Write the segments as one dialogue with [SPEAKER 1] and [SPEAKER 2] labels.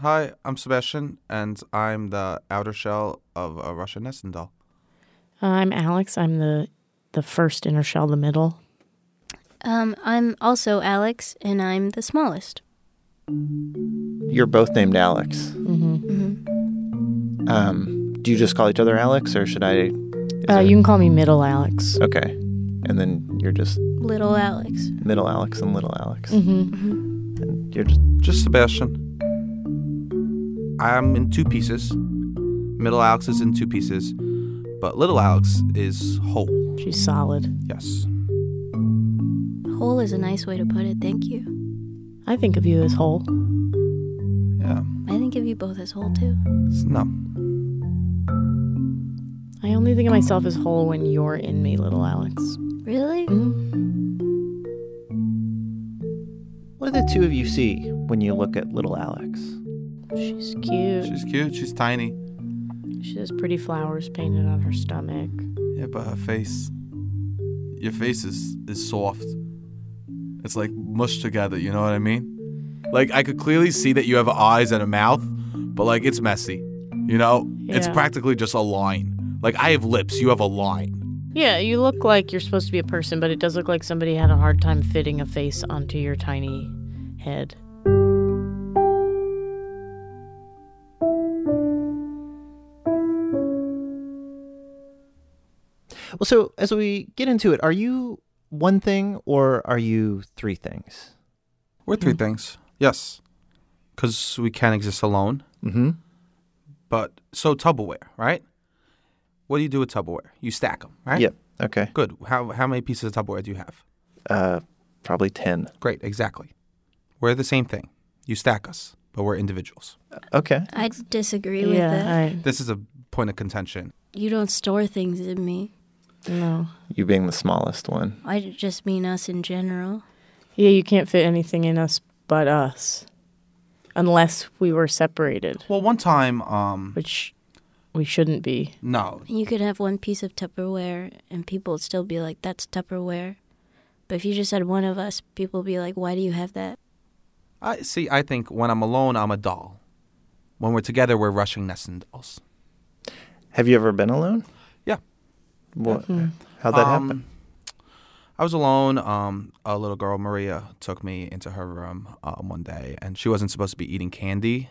[SPEAKER 1] Hi, I'm Sebastian, and I'm the outer shell of a Russian nesting doll.
[SPEAKER 2] Uh, I'm Alex. I'm the the first inner shell, the middle.
[SPEAKER 3] Um, I'm also Alex, and I'm the smallest.
[SPEAKER 4] You're both named Alex.
[SPEAKER 3] Mm-hmm.
[SPEAKER 4] Um, do you just call each other Alex, or should I? is
[SPEAKER 2] Uh,
[SPEAKER 4] there-
[SPEAKER 2] you can call me middle Alex.
[SPEAKER 4] Okay, and then you're just
[SPEAKER 3] Little Alex.
[SPEAKER 4] middle Alex and little Alex.
[SPEAKER 2] Mm-hmm.
[SPEAKER 4] And you're just
[SPEAKER 1] Just Sebastian. I'm in two pieces. Middle Alex is in two pieces, but little Alex is whole.
[SPEAKER 2] She's solid.
[SPEAKER 1] Yes.
[SPEAKER 3] Whole is a nice way to put it. Thank you.
[SPEAKER 2] I think of you as whole.
[SPEAKER 1] Yeah.
[SPEAKER 3] I think of you both as whole too.
[SPEAKER 1] S- No.
[SPEAKER 2] I only think of myself as whole when you're in me, little Alex.
[SPEAKER 3] Really?
[SPEAKER 2] Mhm.
[SPEAKER 4] what do the two of you see when you look at little Alex?
[SPEAKER 2] She's cute.
[SPEAKER 1] She's cute. She's tiny.
[SPEAKER 2] She has pretty flowers painted on her stomach.
[SPEAKER 1] Yeah, but her face. Your face is, is soft. It's like mushed together, you know what I mean? Like, I could clearly see that you have eyes and a mouth, but like, it's messy. You know? It's
[SPEAKER 2] Yeah.
[SPEAKER 1] practically just a line. Like, I have lips, you have a line.
[SPEAKER 2] Yeah, you look like you're supposed to be a person, but it does look like somebody had a hard time fitting a face onto your tiny head.
[SPEAKER 4] Well, so as we get into it, are you one thing or are you three things?
[SPEAKER 1] We're three things. Yes. Because we can't exist alone.
[SPEAKER 4] Mm-hmm.
[SPEAKER 1] But, so Tupperware, right? What do you do with Tupperware? You stack them, right?
[SPEAKER 4] Yep. Okay.
[SPEAKER 1] Good. How, how many pieces of Tupperware do you have?
[SPEAKER 4] Uh, probably ten.
[SPEAKER 1] Great, exactly. We're the same thing. You stack us, but we're individuals.
[SPEAKER 4] Okay.
[SPEAKER 3] I disagree with that.
[SPEAKER 2] yeah,
[SPEAKER 1] This is a point of contention.
[SPEAKER 3] You don't store things in me.
[SPEAKER 2] I no.
[SPEAKER 4] You being the smallest one.
[SPEAKER 3] I just mean us in general.
[SPEAKER 2] Yeah, you can't fit anything in us but us, unless we were separated,
[SPEAKER 1] Well, one time, um,
[SPEAKER 2] which we shouldn't be.
[SPEAKER 1] no,
[SPEAKER 3] You could have one piece of Tupperware, and people would still be like, "That's Tupperware." But if you just had one of us, people would be like, "Why do you have that?"
[SPEAKER 1] I see. I think when I'm alone, I'm a doll. When we're together, we're rushing nesting dolls.
[SPEAKER 4] Have you ever been alone?
[SPEAKER 1] Yeah.
[SPEAKER 4] What?
[SPEAKER 2] Mm-hmm.
[SPEAKER 4] How'd that
[SPEAKER 1] Um,
[SPEAKER 4] happen?
[SPEAKER 1] I was alone. Um, a little girl, Maria, took me into her room um, one day, and she wasn't supposed to be eating candy,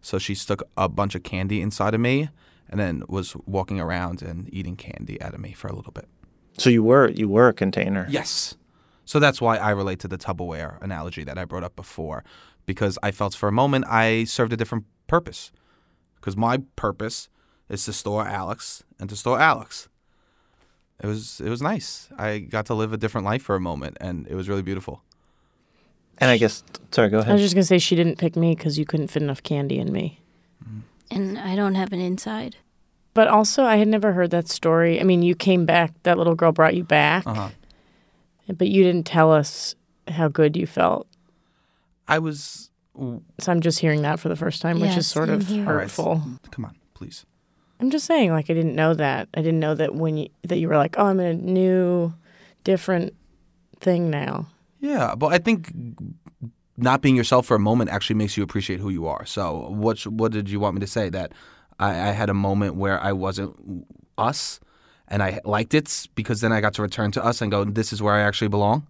[SPEAKER 1] so she stuck a bunch of candy inside of me, and then was walking around and eating candy out of me for a little bit.
[SPEAKER 4] So you were you were a container.
[SPEAKER 1] Yes. So that's why I relate to the Tupperware analogy that I brought up before, because I felt for a moment I served a different purpose. Because my purpose is to store Alex and to store Alex. It was it was nice. I got to live a different life for a moment, and it was really beautiful.
[SPEAKER 4] And I guess sorry. Go
[SPEAKER 2] I was
[SPEAKER 4] ahead.
[SPEAKER 2] just gonna say she didn't pick me because you couldn't fit enough candy in me.
[SPEAKER 3] And I don't have an inside.
[SPEAKER 2] But also, I had never heard that story. I mean, you came back. That little girl brought you back,
[SPEAKER 1] Uh-huh.
[SPEAKER 2] but you didn't tell us how good you felt.
[SPEAKER 1] I was. w-
[SPEAKER 2] So I'm just hearing that for the first time, which
[SPEAKER 3] Yeah,
[SPEAKER 2] is sort
[SPEAKER 3] same
[SPEAKER 2] of
[SPEAKER 3] here.
[SPEAKER 1] All right.
[SPEAKER 2] hurtful.
[SPEAKER 1] Come on, please.
[SPEAKER 2] I'm just saying, like I didn't know that. I didn't know that when you that you were like, oh, I'm in a new, different thing now.
[SPEAKER 1] Yeah, but I think not being yourself for a moment actually makes you appreciate who you are. So what sh- what did you want me to say? That I, I had a moment where I wasn't us, and I liked it because then I got to return to us and go, this is where I actually belong.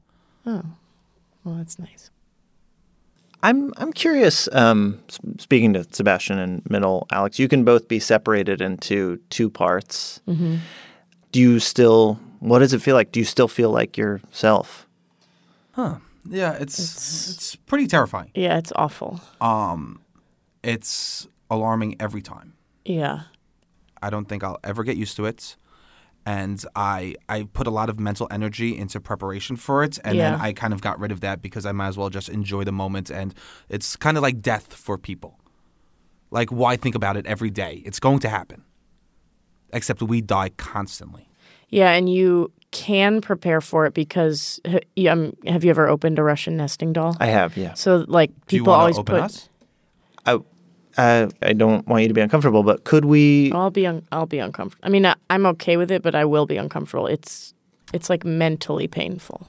[SPEAKER 2] Oh, well, that's nice.
[SPEAKER 4] I'm I'm curious. Um, s- speaking to Sebastian and Middle Alex, you can both be separated into two parts. Do you still? What does it feel like? Do you still feel like yourself?
[SPEAKER 1] Yeah, it's it's, it's pretty terrifying.
[SPEAKER 2] Yeah, it's awful.
[SPEAKER 1] Um, it's alarming every time.
[SPEAKER 2] Yeah,
[SPEAKER 1] I don't think I'll ever get used to it. And I I put a lot of mental energy into preparation for it, and
[SPEAKER 2] Yeah.
[SPEAKER 1] then I kind of got rid of that because I might as well just enjoy the moment. And it's kind of like death for people. Like why think about it every day? It's going to happen. Except we die constantly.
[SPEAKER 2] Yeah, and you can prepare for it because h- you- um, have you ever opened a Russian nesting doll?
[SPEAKER 4] I have, yeah.
[SPEAKER 2] so like
[SPEAKER 1] Do you
[SPEAKER 2] people
[SPEAKER 1] want
[SPEAKER 2] always
[SPEAKER 1] to open
[SPEAKER 2] put.
[SPEAKER 1] us?
[SPEAKER 4] I, I I don't want you to be uncomfortable, but could we?
[SPEAKER 2] I'll be un- I'll be uncomfortable. I mean, I, I'm okay with it, but I will be uncomfortable. It's it's like mentally painful.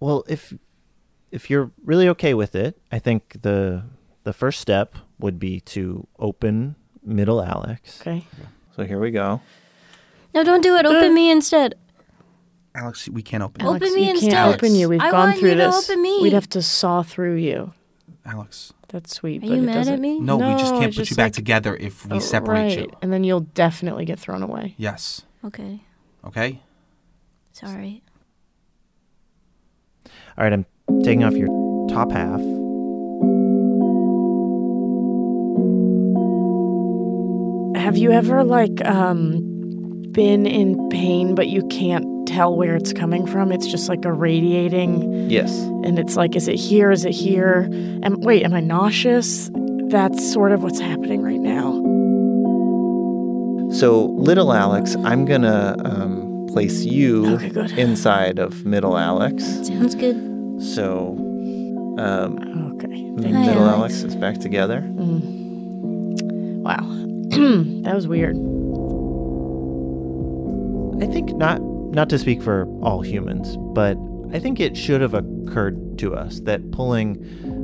[SPEAKER 4] Well, if if you're really okay with it, I think the the first step would be to open middle Alex.
[SPEAKER 2] Okay.
[SPEAKER 4] So here we go.
[SPEAKER 3] No, don't do it.
[SPEAKER 2] Uh,
[SPEAKER 3] Open me instead.
[SPEAKER 1] Alex, we can't open.
[SPEAKER 3] Open
[SPEAKER 2] Alex,
[SPEAKER 3] me
[SPEAKER 2] you
[SPEAKER 3] instead.
[SPEAKER 2] can't open you. We've
[SPEAKER 3] I
[SPEAKER 2] gone
[SPEAKER 3] want
[SPEAKER 2] through
[SPEAKER 3] you to
[SPEAKER 2] this.
[SPEAKER 3] open me.
[SPEAKER 2] We'd have to saw through you.
[SPEAKER 1] Alex.
[SPEAKER 2] That's sweet.
[SPEAKER 3] Are
[SPEAKER 2] but
[SPEAKER 3] you
[SPEAKER 2] it
[SPEAKER 3] mad at
[SPEAKER 2] doesn't-
[SPEAKER 3] me?
[SPEAKER 1] No, we just
[SPEAKER 2] No,
[SPEAKER 1] can't
[SPEAKER 2] it's
[SPEAKER 1] put you
[SPEAKER 2] just
[SPEAKER 1] back
[SPEAKER 2] like-
[SPEAKER 1] together if we
[SPEAKER 2] Oh,
[SPEAKER 1] separate you.
[SPEAKER 2] right. and then you'll definitely get thrown away.
[SPEAKER 1] Yes.
[SPEAKER 3] Okay.
[SPEAKER 1] Okay.
[SPEAKER 3] Sorry.
[SPEAKER 4] All right, I'm taking off your top half.
[SPEAKER 2] Have you ever like um been in pain but you can't tell where it's coming from? It's just like irradiating
[SPEAKER 4] Yes.
[SPEAKER 2] and it's like is it here? Is it here? Am wait, am I nauseous? That's sort of what's happening right now.
[SPEAKER 4] So little Alex, I'm gonna um, place you
[SPEAKER 2] Okay, good.
[SPEAKER 4] inside of middle Alex.
[SPEAKER 3] Sounds good.
[SPEAKER 4] So um,
[SPEAKER 2] Okay.
[SPEAKER 4] middle
[SPEAKER 2] Thank
[SPEAKER 3] Hi,
[SPEAKER 4] Alex.
[SPEAKER 3] Alex.
[SPEAKER 4] is back together.
[SPEAKER 2] Mm-hmm. Wow. that was weird.
[SPEAKER 4] I think not not to speak for all humans, but I think it should have occurred to us that pulling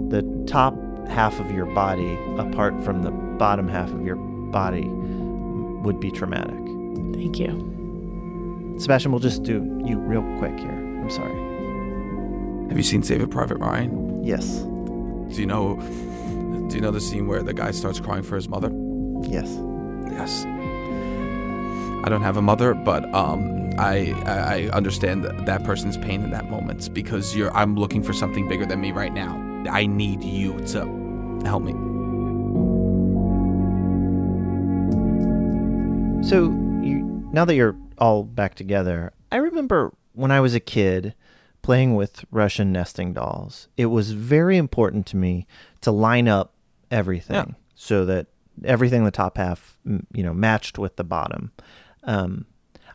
[SPEAKER 4] the top half of your body apart from the bottom half of your body would be traumatic.
[SPEAKER 2] Thank you.
[SPEAKER 4] Sebastian, we'll just do you real quick here. I'm sorry.
[SPEAKER 1] Have you seen Save It Private Ryan?
[SPEAKER 4] Yes.
[SPEAKER 1] Do you know? Do you know the scene where the guy starts crying for his mother?
[SPEAKER 4] Yes.
[SPEAKER 1] Yes. I don't have a mother, but um, I I I understand th- that person's pain in that moment because you're I'm looking for something bigger than me right now. I need you to help me.
[SPEAKER 4] So you now that you're all back together, I remember when I was a kid playing with Russian nesting dolls. It was very important to me to line up everything
[SPEAKER 1] Yeah.
[SPEAKER 4] so that everything in the top half, m- you know, matched with the bottom. Um,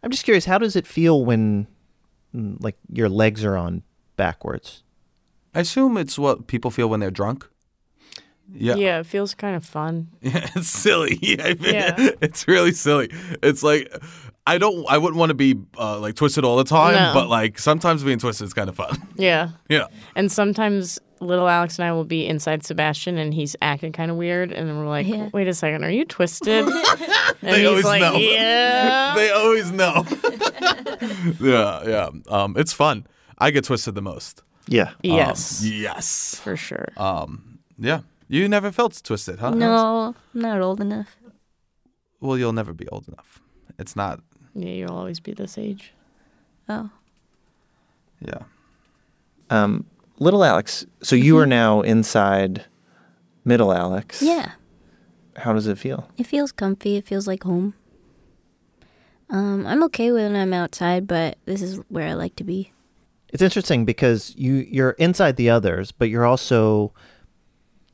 [SPEAKER 4] I'm just curious, how does it feel when mm, like your legs are on backwards?
[SPEAKER 1] I assume it's what people feel when they're drunk. Yeah.
[SPEAKER 2] it feels kind of fun.
[SPEAKER 1] Yeah, it's silly. Yeah, I mean,
[SPEAKER 2] Yeah.
[SPEAKER 1] it's really silly. It's like I don't, I wouldn't want to be uh, like twisted all the time,
[SPEAKER 2] No.
[SPEAKER 1] but like sometimes being twisted is kind of fun.
[SPEAKER 2] Yeah.
[SPEAKER 1] yeah,
[SPEAKER 2] And sometimes little Alex and I will be inside Sebastian and he's acting kind of weird and then we're like,
[SPEAKER 3] Yeah.
[SPEAKER 2] "Wait a second, are you twisted?" and
[SPEAKER 1] always
[SPEAKER 2] he's like,
[SPEAKER 1] know. Um,
[SPEAKER 2] "Yeah."
[SPEAKER 1] they always know. yeah, yeah. Um, it's fun. I get twisted the most.
[SPEAKER 4] Yeah.
[SPEAKER 1] Um,
[SPEAKER 2] Yes,
[SPEAKER 1] yes.
[SPEAKER 2] for sure.
[SPEAKER 1] Um, yeah. You never felt twisted, huh? Alex?
[SPEAKER 3] No, I'm not old enough.
[SPEAKER 1] Well, you'll never be old enough. It's not.
[SPEAKER 2] yeah, you'll always be this age.
[SPEAKER 3] Oh.
[SPEAKER 1] Yeah.
[SPEAKER 4] Um, little Alex, so you are now inside middle Alex.
[SPEAKER 3] Yeah.
[SPEAKER 4] How does it feel?
[SPEAKER 3] It feels comfy. It feels like home. Um, I'm okay when I'm outside, but this is where I like to be.
[SPEAKER 4] It's interesting because you you're inside the others, but you're also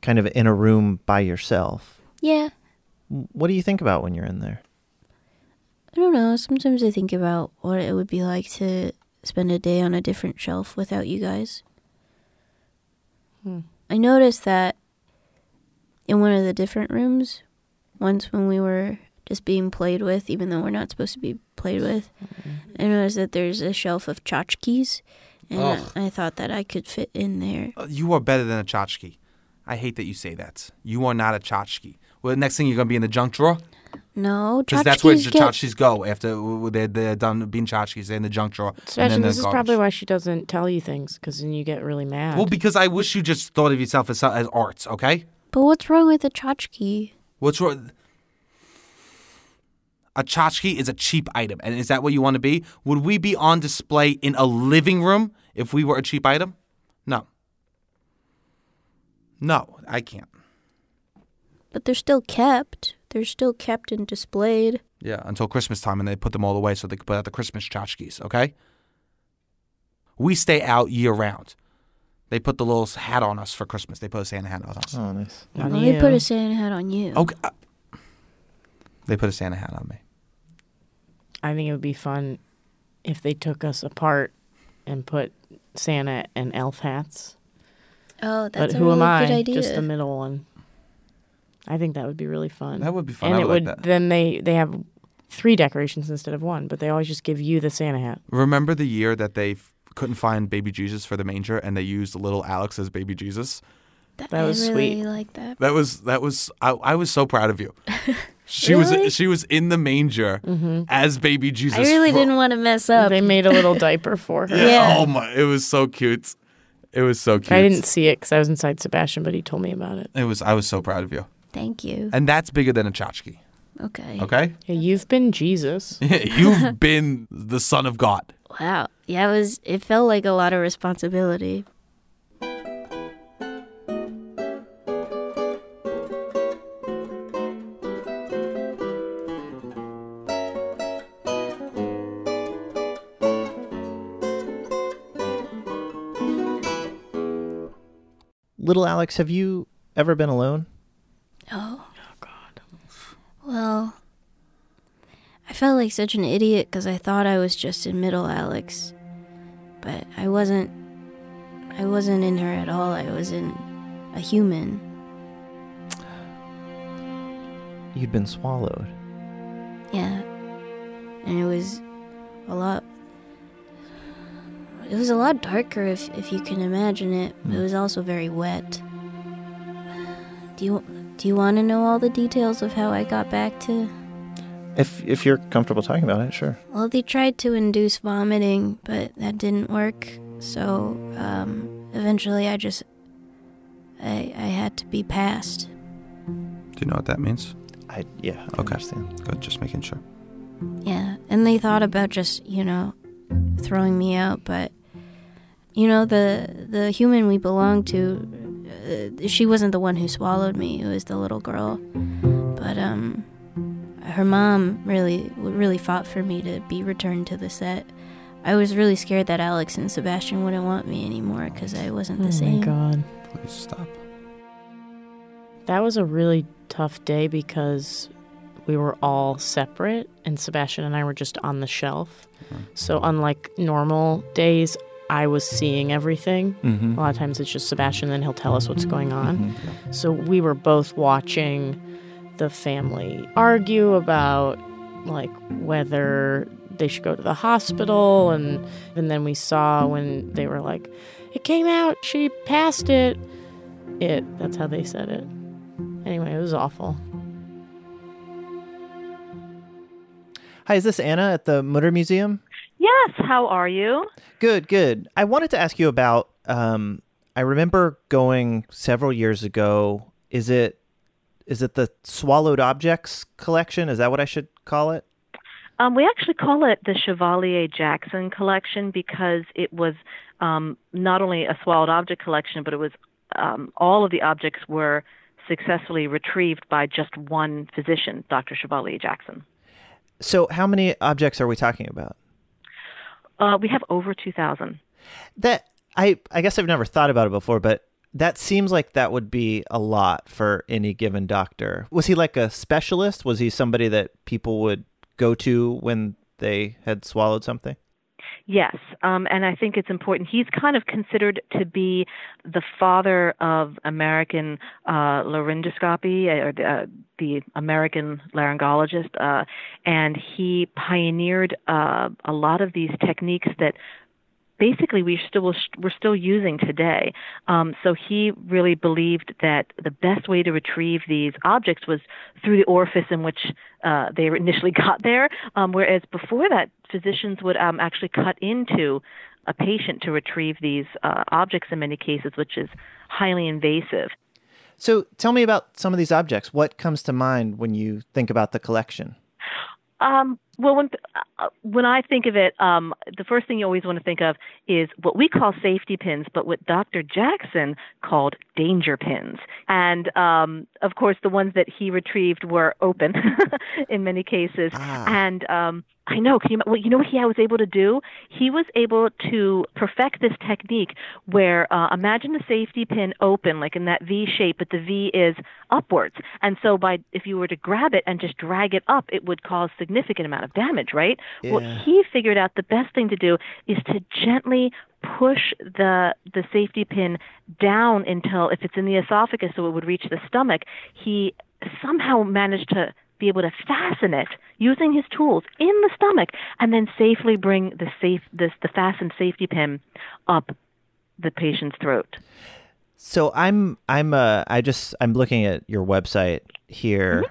[SPEAKER 4] kind of in a room by yourself.
[SPEAKER 3] Yeah.
[SPEAKER 4] What do you think about when you're in there?
[SPEAKER 3] I don't know. Sometimes I think about what it would be like to spend a day on a different shelf without you guys.
[SPEAKER 1] Hmm.
[SPEAKER 3] I noticed that in one of the different rooms, once when we were just being played with, even though we're not supposed to be played with,
[SPEAKER 1] Mm-hmm.
[SPEAKER 3] I noticed that there's a shelf of tchotchkes, and I-
[SPEAKER 1] Ugh.
[SPEAKER 3] I thought that I could fit in there.
[SPEAKER 1] Uh, You are better than a tchotchke. I hate that you say that. You are not a tchotchke. Well, next thing you're gonna be in the junk drawer.
[SPEAKER 3] No,
[SPEAKER 1] Because that's where the
[SPEAKER 3] get-
[SPEAKER 1] tchotchkes go after w- w- they're, they're done being tchotchkes. They're in the junk drawer. and then
[SPEAKER 2] Sebastian,
[SPEAKER 1] they're
[SPEAKER 2] this is
[SPEAKER 1] garbage.
[SPEAKER 2] probably why she doesn't tell you things because then you get really mad.
[SPEAKER 1] Well, because I wish you just thought of yourself as, so- as arts, okay?
[SPEAKER 3] But what's wrong with a tchotchke?
[SPEAKER 1] What's wrong? A tchotchke is a cheap item. And is that what you want to be? Would we be on display in a living room if we were a cheap item? No. No, I can't.
[SPEAKER 3] But they're still kept. They're still kept and displayed.
[SPEAKER 1] Yeah, until Christmas time, and they put them all away so they could put out the Christmas tchotchkes, okay? We stay out year round. They put the little hat on us for Christmas. They put a Santa hat on us.
[SPEAKER 4] Oh, nice.
[SPEAKER 2] On
[SPEAKER 3] Well, they put
[SPEAKER 2] you.
[SPEAKER 3] a Santa hat on you.
[SPEAKER 2] Oh.
[SPEAKER 1] Okay. uh, They put a Santa hat on me.
[SPEAKER 2] I think it would be fun if they took us apart and put Santa and elf hats.
[SPEAKER 3] Oh,
[SPEAKER 2] but
[SPEAKER 3] that's a
[SPEAKER 2] who
[SPEAKER 3] really
[SPEAKER 2] am I?
[SPEAKER 3] good idea.
[SPEAKER 2] Just the middle one. I think that would be really fun.
[SPEAKER 1] That would be fun.
[SPEAKER 2] And
[SPEAKER 1] I
[SPEAKER 2] it
[SPEAKER 1] would
[SPEAKER 2] would
[SPEAKER 1] like that.
[SPEAKER 2] then they they have three decorations instead of one, but they always just give you the Santa hat.
[SPEAKER 1] Remember the year that they f- couldn't find baby Jesus for the manger and they used little Alex as baby Jesus?
[SPEAKER 3] that
[SPEAKER 2] That was
[SPEAKER 3] I really
[SPEAKER 2] sweet.
[SPEAKER 3] like that.
[SPEAKER 1] That was that was I, I was so proud of you. She
[SPEAKER 3] Really? Mm-hmm.
[SPEAKER 1] was she was in the manger as baby Jesus.
[SPEAKER 3] I really
[SPEAKER 1] for-
[SPEAKER 3] didn't want to mess up.
[SPEAKER 2] They made a little diaper for her.
[SPEAKER 3] Yeah.
[SPEAKER 1] Oh my, it was so cute. It was so cute.
[SPEAKER 2] I didn't see it because I was inside Sebastian, but he told me about it.
[SPEAKER 1] It was I was so proud of you.
[SPEAKER 3] Thank you.
[SPEAKER 1] And that's bigger than a tchotchke,
[SPEAKER 3] Okay.
[SPEAKER 1] okay?
[SPEAKER 2] Yeah, you've been Jesus.
[SPEAKER 1] You've been the son of God.
[SPEAKER 3] Wow. Yeah, it was. It felt like a lot of responsibility.
[SPEAKER 4] Little Alex, have you ever been alone?
[SPEAKER 3] Oh. Oh God. Well, I felt like such an idiot because I thought I was just in middle Alex, but I wasn't. I wasn't in her at all. I was in a human.
[SPEAKER 4] You'd been swallowed.
[SPEAKER 3] Yeah. And it was a lot. It was a lot darker, if if you can imagine it. It was also very wet. Do you do you want to know all the details of how I got back to?
[SPEAKER 4] If if you're comfortable talking about it, sure.
[SPEAKER 3] Well, they tried to induce vomiting, but that didn't work. So um, eventually, I just I I had to be passed.
[SPEAKER 1] Do you know what that means?
[SPEAKER 4] I yeah, I
[SPEAKER 1] Okay.
[SPEAKER 4] understand.
[SPEAKER 1] Good, just making sure.
[SPEAKER 3] Yeah, and they thought about just you know throwing me out, but you know the the human we belonged to, uh, she wasn't the one who swallowed me. It was the little girl, but um, her mom really really fought for me to be returned to the set. I was really scared that Alex and Sebastian wouldn't want me anymore because I wasn't the
[SPEAKER 1] Mm-hmm.
[SPEAKER 3] same.
[SPEAKER 2] Oh God.
[SPEAKER 1] Please stop.
[SPEAKER 2] That was a really tough day because we were all separate and Sebastian and I were just on the shelf.
[SPEAKER 1] Uh-huh.
[SPEAKER 2] So, unlike normal days, I was seeing everything.
[SPEAKER 4] Mm-hmm.
[SPEAKER 2] A lot of times it's just Sebastian, then he'll tell us what's going on. So, we were both watching the family argue about like whether they should go to the hospital and and then we saw when they were like it came out she passed it it that's how they said it anyway it was awful
[SPEAKER 4] Hi, is this Anna at the Mutter Museum?
[SPEAKER 5] Yes, how are you?
[SPEAKER 4] Good, good. I wanted to ask you about. Um, I remember going several years ago. Is it is it the swallowed objects collection? Is that what I should call it?
[SPEAKER 5] Um, we actually call it the Chevalier Jackson collection because it was um, not only a swallowed object collection, but it was um, all of the objects were successfully retrieved by just one physician, Dr. Chevalier Jackson.
[SPEAKER 4] So, how many objects are we talking about?
[SPEAKER 5] Uh, we have over 2,000.
[SPEAKER 4] That I I guess I've never thought about it before, but that seems like that would be a lot for any given doctor. Was he like a specialist? Was he somebody that people would go to when they had swallowed something?
[SPEAKER 5] Yes, um, and I think it's important. He's kind of considered to be the father of American uh, laryngoscopy, uh, or the, uh, the American laryngologist, uh, and he pioneered uh, a lot of these techniques that basically we still we're still using today. Um, so he really believed that the best way to retrieve these objects was through the orifice in which uh, they initially got there. Um, whereas before that, physicians would um, actually cut into a patient to retrieve these uh, objects in many cases, which is highly invasive.
[SPEAKER 4] So, tell me about some of these objects. What comes to mind when you think about the collection?
[SPEAKER 5] Um, well, when uh, when I think of it, um, the first thing you always want to think of is what we call safety pins, but what Dr. Jackson called danger pins. And um, of course, the ones that he retrieved were open in many cases. And um, I know, can you, well, you know what he was able to do? He was able to perfect this technique where uh, imagine the safety pin open, like in that V shape, but the V is upwards. And so, by if you were to grab it and just drag it up, it would cause significant amount of damage, right? Well,
[SPEAKER 4] Yeah.
[SPEAKER 5] he figured out the best thing to do is to gently push the the safety pin down until if it's in the esophagus so it would reach the stomach he somehow managed to be able to fasten it using his tools in the stomach and then safely bring the safe this the fastened safety pin up the patient's throat
[SPEAKER 4] So I'm I'm uh I just I'm looking at your website here.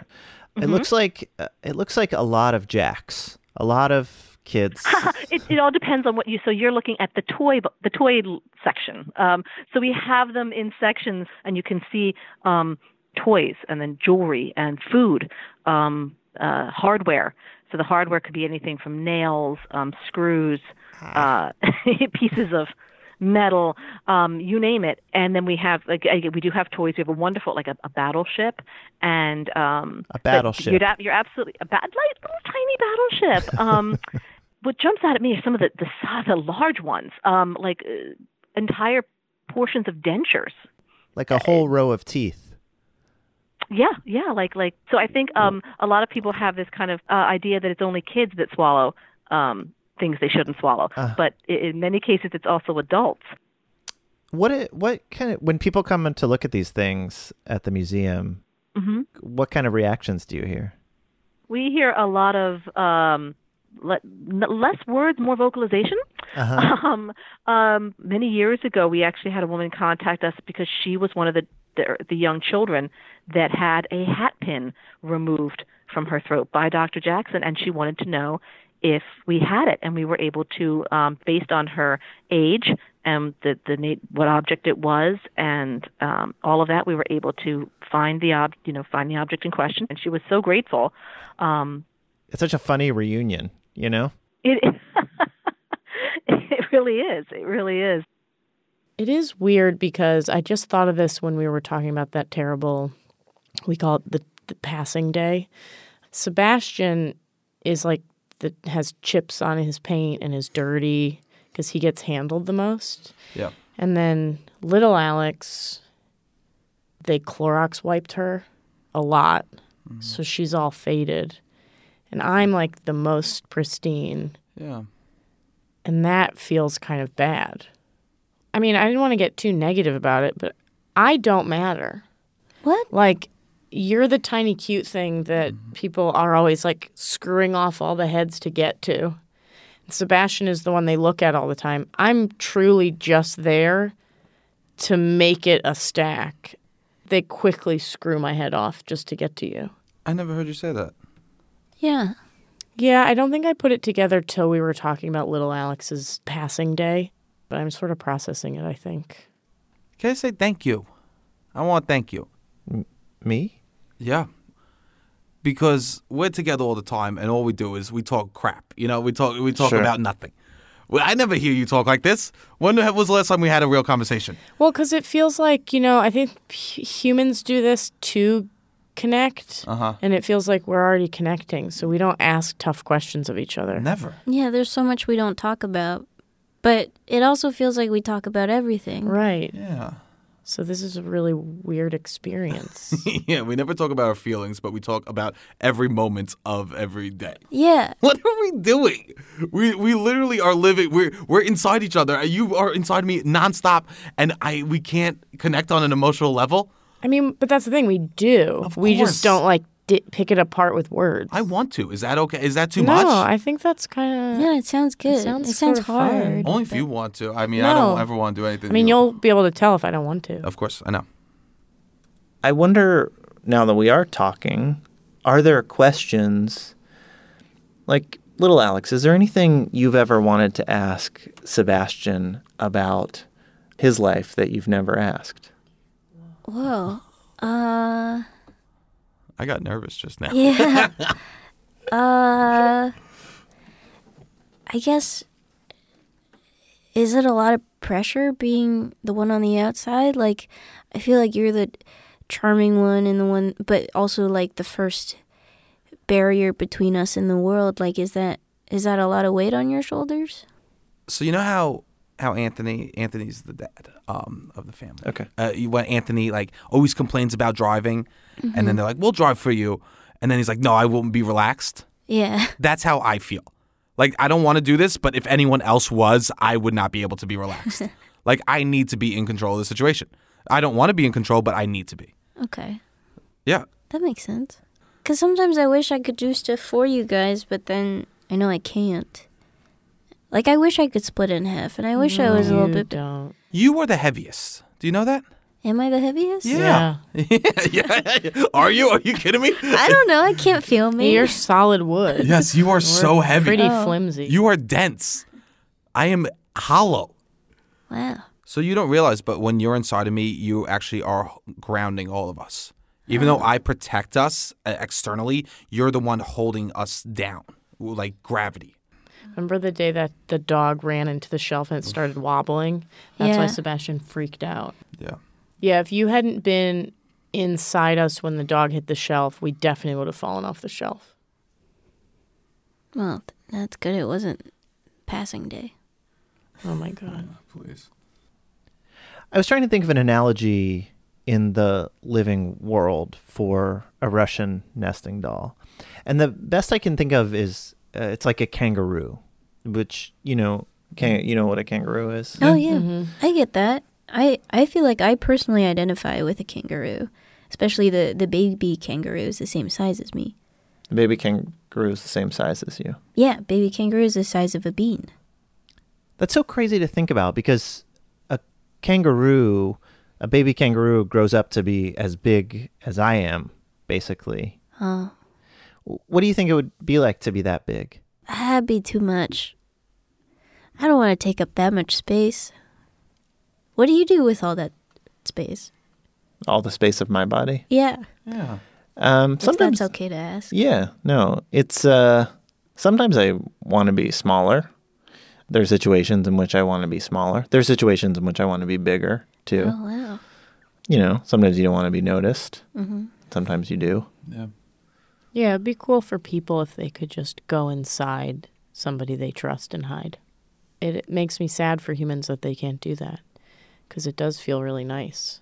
[SPEAKER 4] It looks like uh, it looks like a lot of jacks, a lot of kids.
[SPEAKER 5] it, it all depends on what you. So you're looking at the toy, bo- the toy l- section. Um, so we have them in sections, and you can see um, toys, and then jewelry, and food, um, uh, hardware. So the hardware could be anything from nails, um, screws, uh, pieces of metal, um, you name it. And then we have like uh, we do have toys. We have a wonderful like a, a battleship and um,
[SPEAKER 4] A
[SPEAKER 5] but
[SPEAKER 4] battleship.
[SPEAKER 5] You're, ab- you're absolutely a bad light little tiny battleship. Um, what jumps out at me are some of the the, si- the large ones, um, like uh, entire portions of dentures.
[SPEAKER 4] like a whole row of teeth.
[SPEAKER 5] Yeah, yeah, like like so I think um a lot of people have this kind of uh, idea that it's only kids that swallow um things they shouldn't swallow,
[SPEAKER 4] Uh.
[SPEAKER 5] but i in many cases it's also adults.
[SPEAKER 4] What it, what kind of when people come in to look at these things at the museum,
[SPEAKER 5] Mhm.
[SPEAKER 4] what kind of reactions do you hear?
[SPEAKER 5] We hear a lot of um le- n- less words, more vocalization.
[SPEAKER 4] Uh-huh.
[SPEAKER 5] Um, um, many years ago, we actually had a woman contact us because she was one of the, the the young children that had a hat pin removed from her throat by Dr. Jackson, and she wanted to know if we had it, and we were able to, um, based on her age and the the na- what object it was, and um, all of that, we were able to find the ob- you know find the object in question, and she was so grateful. Um,
[SPEAKER 4] It's such a funny reunion, you know?
[SPEAKER 5] it it really is. It really is.
[SPEAKER 2] It is weird because I just thought of this when we were talking about that terrible, we call it the, the passing day. Sebastian is like, the, has chips on his paint and is dirty because he gets handled the most.
[SPEAKER 1] Yeah.
[SPEAKER 2] And then little Alex, they Clorox wiped her a lot. So she's all faded. And I'm like the most pristine.
[SPEAKER 1] Yeah.
[SPEAKER 2] And that feels kind of bad. I mean, I didn't want to get too negative about it, but I don't matter.
[SPEAKER 3] What?
[SPEAKER 2] Like, you're the tiny cute thing that people are always like screwing off all the heads to get to. Sebastian is the one they look at all the time. I'm truly just there to make it a stack. They quickly screw my head off just to get to you.
[SPEAKER 1] I never heard you say that.
[SPEAKER 3] Yeah.
[SPEAKER 2] Yeah, I don't think I put it together till we were talking about little Alex's passing day, but I'm sort of processing it, I think.
[SPEAKER 1] Can I say thank you? I want thank you.
[SPEAKER 4] Me?
[SPEAKER 1] Yeah. Because we're together all the time and all we do is we talk crap. You know, we talk we talk
[SPEAKER 4] Sure.
[SPEAKER 1] about nothing. Well, I never hear you talk like this. When the- was the last time we had a real conversation?
[SPEAKER 2] Well, because it feels like, you know, I think hu- humans do this to connect,
[SPEAKER 1] Uh-huh.
[SPEAKER 2] and it feels like we're already connecting, so we don't ask tough questions of each other.
[SPEAKER 1] Never.
[SPEAKER 3] Yeah, there's so much we don't talk about. But it also feels like we talk about everything.
[SPEAKER 2] Right.
[SPEAKER 1] Yeah.
[SPEAKER 2] So this is a really weird experience.
[SPEAKER 1] yeah, we never talk about our feelings, but we talk about every moment of every day.
[SPEAKER 3] Yeah.
[SPEAKER 1] What are we doing? We we literally are living. We're we're inside each other. You are inside me nonstop, and I we can't connect on an emotional level.
[SPEAKER 2] I mean, but that's the thing we do.
[SPEAKER 1] Of
[SPEAKER 2] we
[SPEAKER 1] course.
[SPEAKER 2] just don't like di- pick it apart with words.
[SPEAKER 1] I want to. Is that okay? Is that too
[SPEAKER 2] no,
[SPEAKER 1] much?
[SPEAKER 2] I think that's kind of.
[SPEAKER 3] Yeah, it sounds good. It
[SPEAKER 2] sounds
[SPEAKER 3] sounds,
[SPEAKER 2] sorta fun.
[SPEAKER 3] hard.
[SPEAKER 1] Only if you want to. I mean, I
[SPEAKER 2] No.
[SPEAKER 1] don't ever want to do anything.
[SPEAKER 2] I mean,
[SPEAKER 1] you-
[SPEAKER 2] you'll be able to tell if I don't want to.
[SPEAKER 1] Of course, I know.
[SPEAKER 4] I wonder now that we are talking, are there questions like little Alex, is there anything you've ever wanted to ask Sebastian about his life that you've never asked?
[SPEAKER 3] Whoa. Uh
[SPEAKER 1] I got nervous just now.
[SPEAKER 3] yeah. Uh, I guess. Is it a lot of pressure being the one on the outside? Like, I feel like you're the charming one and the one, but also like the first barrier between us and the world. Like, is that is that a lot of weight on your shoulders?
[SPEAKER 1] So you know how how Anthony Anthony's the dad um, of the family.
[SPEAKER 4] Okay.
[SPEAKER 1] Uh, you- when Anthony like always complains about driving, and then they're like, "We'll drive for you," and then he's like, "No, I won't be relaxed."
[SPEAKER 3] Yeah.
[SPEAKER 1] That's how I feel. Like I don't want to do this, but if anyone else was, I would not be able to be relaxed. like I need to be in control of the situation. I don't want to be in control, but I need to be.
[SPEAKER 3] Okay.
[SPEAKER 1] Yeah.
[SPEAKER 3] That makes sense. Because sometimes I wish I could do stuff for you guys, but then I know I can't. Like, I wish I could split it in half, and I wish I was a little
[SPEAKER 2] You
[SPEAKER 3] bit.
[SPEAKER 2] don't.
[SPEAKER 1] You were the heaviest. Do you know that?
[SPEAKER 3] Am I the heaviest?
[SPEAKER 1] Yeah. yeah. Are you? Are you kidding me?
[SPEAKER 3] I don't know. I can't feel me. Oh.
[SPEAKER 2] You're solid wood.
[SPEAKER 1] Yes, you are so heavy.
[SPEAKER 2] Pretty flimsy.
[SPEAKER 1] You are dense. I am hollow.
[SPEAKER 3] Wow.
[SPEAKER 1] So you don't realize, but when you're inside of me, you actually are grounding all of us. Even though I protect us uh, externally, you're the one holding us down, like gravity.
[SPEAKER 2] Remember the day that the dog ran into the shelf and it started wobbling? That's why
[SPEAKER 3] Yeah.
[SPEAKER 2] Sebastian freaked out.
[SPEAKER 1] Yeah.
[SPEAKER 2] Yeah, if you hadn't been inside us when the dog hit the shelf, we definitely would have fallen off the shelf.
[SPEAKER 3] Well, th- that's good. It wasn't passing day.
[SPEAKER 2] Oh my god.
[SPEAKER 1] Please.
[SPEAKER 4] I was trying to think of an analogy in the living world for a Russian nesting doll. And the best I can think of is uh, it's like a kangaroo, which, you know, can, you know what a kangaroo is?
[SPEAKER 3] Oh, yeah. I get that. I, I feel like I personally identify with a kangaroo, especially the, the baby kangaroo is the same size as me.
[SPEAKER 4] The baby kangaroo is the same size as you.
[SPEAKER 3] Yeah, baby kangaroo is the size of a bean.
[SPEAKER 4] That's so crazy to think about because a kangaroo, a baby kangaroo grows up to be as big as I am, basically.
[SPEAKER 3] Oh,
[SPEAKER 4] What do you think it would be like to be that big?
[SPEAKER 3] that'd be too much. I don't want to take up that much space. What do you do with all that space?
[SPEAKER 4] All the space of my body?
[SPEAKER 3] Yeah,
[SPEAKER 1] Yeah.
[SPEAKER 4] Um,
[SPEAKER 3] if
[SPEAKER 4] sometimes
[SPEAKER 3] that's okay to ask.
[SPEAKER 4] Yeah, no, it's uh sometimes I want to be smaller. There's situations in which I want to be smaller. There's situations in which I want to be bigger too.
[SPEAKER 3] Oh wow.
[SPEAKER 4] You know, sometimes you don't want to be noticed. Sometimes you do.
[SPEAKER 1] Yeah.
[SPEAKER 2] Yeah, it'd be cool for people if they could just go inside somebody they trust and hide. It, it makes me sad for humans that they can't do that because it does feel really nice.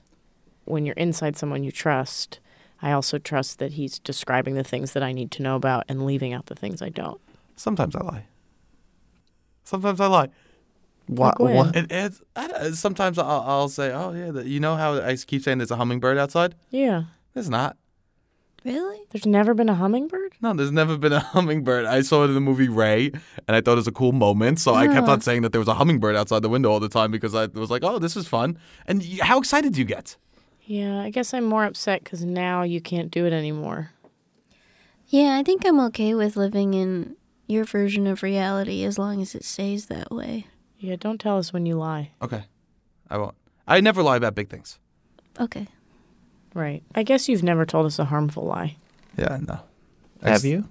[SPEAKER 2] When you're inside someone you trust, I also trust that he's describing the things that I need to know about and leaving out the things I don't.
[SPEAKER 1] Sometimes I lie. Sometimes I lie.
[SPEAKER 4] Wha-
[SPEAKER 2] Like when?
[SPEAKER 4] wha-
[SPEAKER 1] It, it's, I, don't- sometimes I'll, I'll say, "Oh yeah," the, you know how I keep saying there's a hummingbird outside?
[SPEAKER 2] Yeah.
[SPEAKER 1] There's not.
[SPEAKER 3] Really?
[SPEAKER 2] There's never been a hummingbird?
[SPEAKER 1] No, there's never been a hummingbird. I saw it in the movie Ray, and I thought it was a cool moment, so I kept on saying that there was a hummingbird outside the window all the time because I was like, "Oh, this is fun." And y- how excited do you get?
[SPEAKER 2] Yeah, I guess I'm more upset because now you can't do it anymore.
[SPEAKER 3] Yeah, I think I'm okay with living in your version of reality as long as it stays that way.
[SPEAKER 2] Yeah, don't tell us when you lie.
[SPEAKER 1] Okay, I won't. I never lie about big things.
[SPEAKER 3] Okay.
[SPEAKER 2] Right. I guess you've never told us a harmful lie.
[SPEAKER 1] Yeah, no. I
[SPEAKER 4] have
[SPEAKER 1] s-
[SPEAKER 4] you?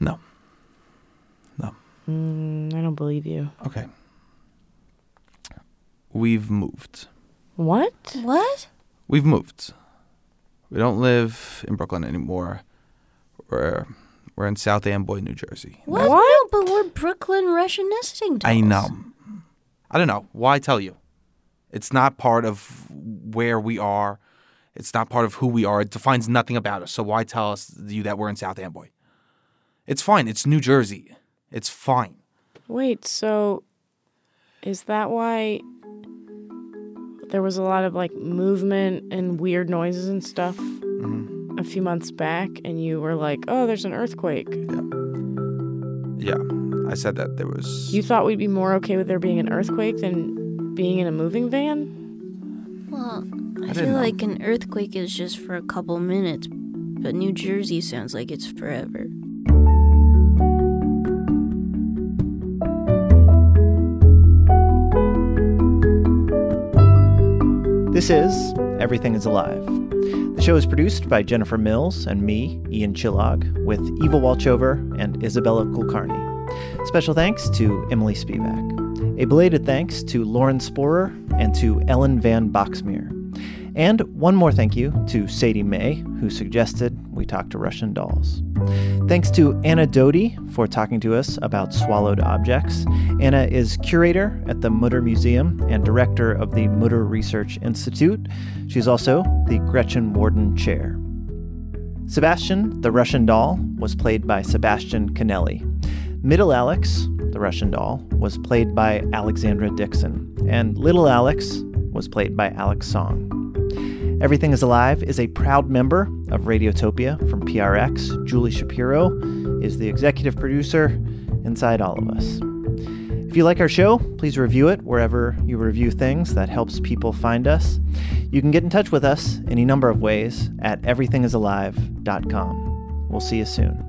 [SPEAKER 1] No.
[SPEAKER 2] Mm, I don't believe you.
[SPEAKER 1] Okay. We've moved.
[SPEAKER 2] What?
[SPEAKER 3] What?
[SPEAKER 1] We've moved. We don't live in Brooklyn anymore. We're we're in South Amboy, New Jersey.
[SPEAKER 3] What? No, but we're Brooklyn Russian nesting dolls.
[SPEAKER 1] I know. I don't know. Why tell you? It's not part of where we are. It's not part of who we are. It defines nothing about us. So why tell us you that we're in South Amboy? It's fine. It's New Jersey. It's fine.
[SPEAKER 2] Wait, so is that why there was a lot of like movement and weird noises and stuff a few months back? And you were like, oh, there's an earthquake.
[SPEAKER 1] Yeah. I said that there was
[SPEAKER 2] You thought we'd be more okay with there being an earthquake than being in a moving van?
[SPEAKER 3] Well, I,
[SPEAKER 1] I
[SPEAKER 3] feel
[SPEAKER 1] didn't know.
[SPEAKER 3] like an earthquake is just for a couple minutes, but New Jersey sounds like it's forever.
[SPEAKER 4] This is Everything is Alive. The show is produced by Jennifer Mills and me, Ian Chillog, with Eva Walchover and Isabella Kulkarni. Special thanks to Emily Spivak. A belated thanks to Lauren Sporer and to Ellen Van Boxmeer. And one more thank you to Sadie May, who suggested we talk to Russian dolls. Thanks to Anna Doty for talking to us about swallowed objects. Anna is curator at the Mutter Museum and director of the Mutter Research Institute. She's also the Gretchen Warden Chair. Sebastian, the Russian doll, was played by Sebastian Canelli. Middle Alex, the Russian doll, was played by Alexandra Dixon. And Little Alex was played by Alex Song. Everything is Alive is a proud member of Radiotopia from PRX. Julie Shapiro is the executive producer inside all of us. If you like our show, please review it wherever you review things. That helps people find us. You can get in touch with us any number of ways at everythingisalive.com. We'll see you soon.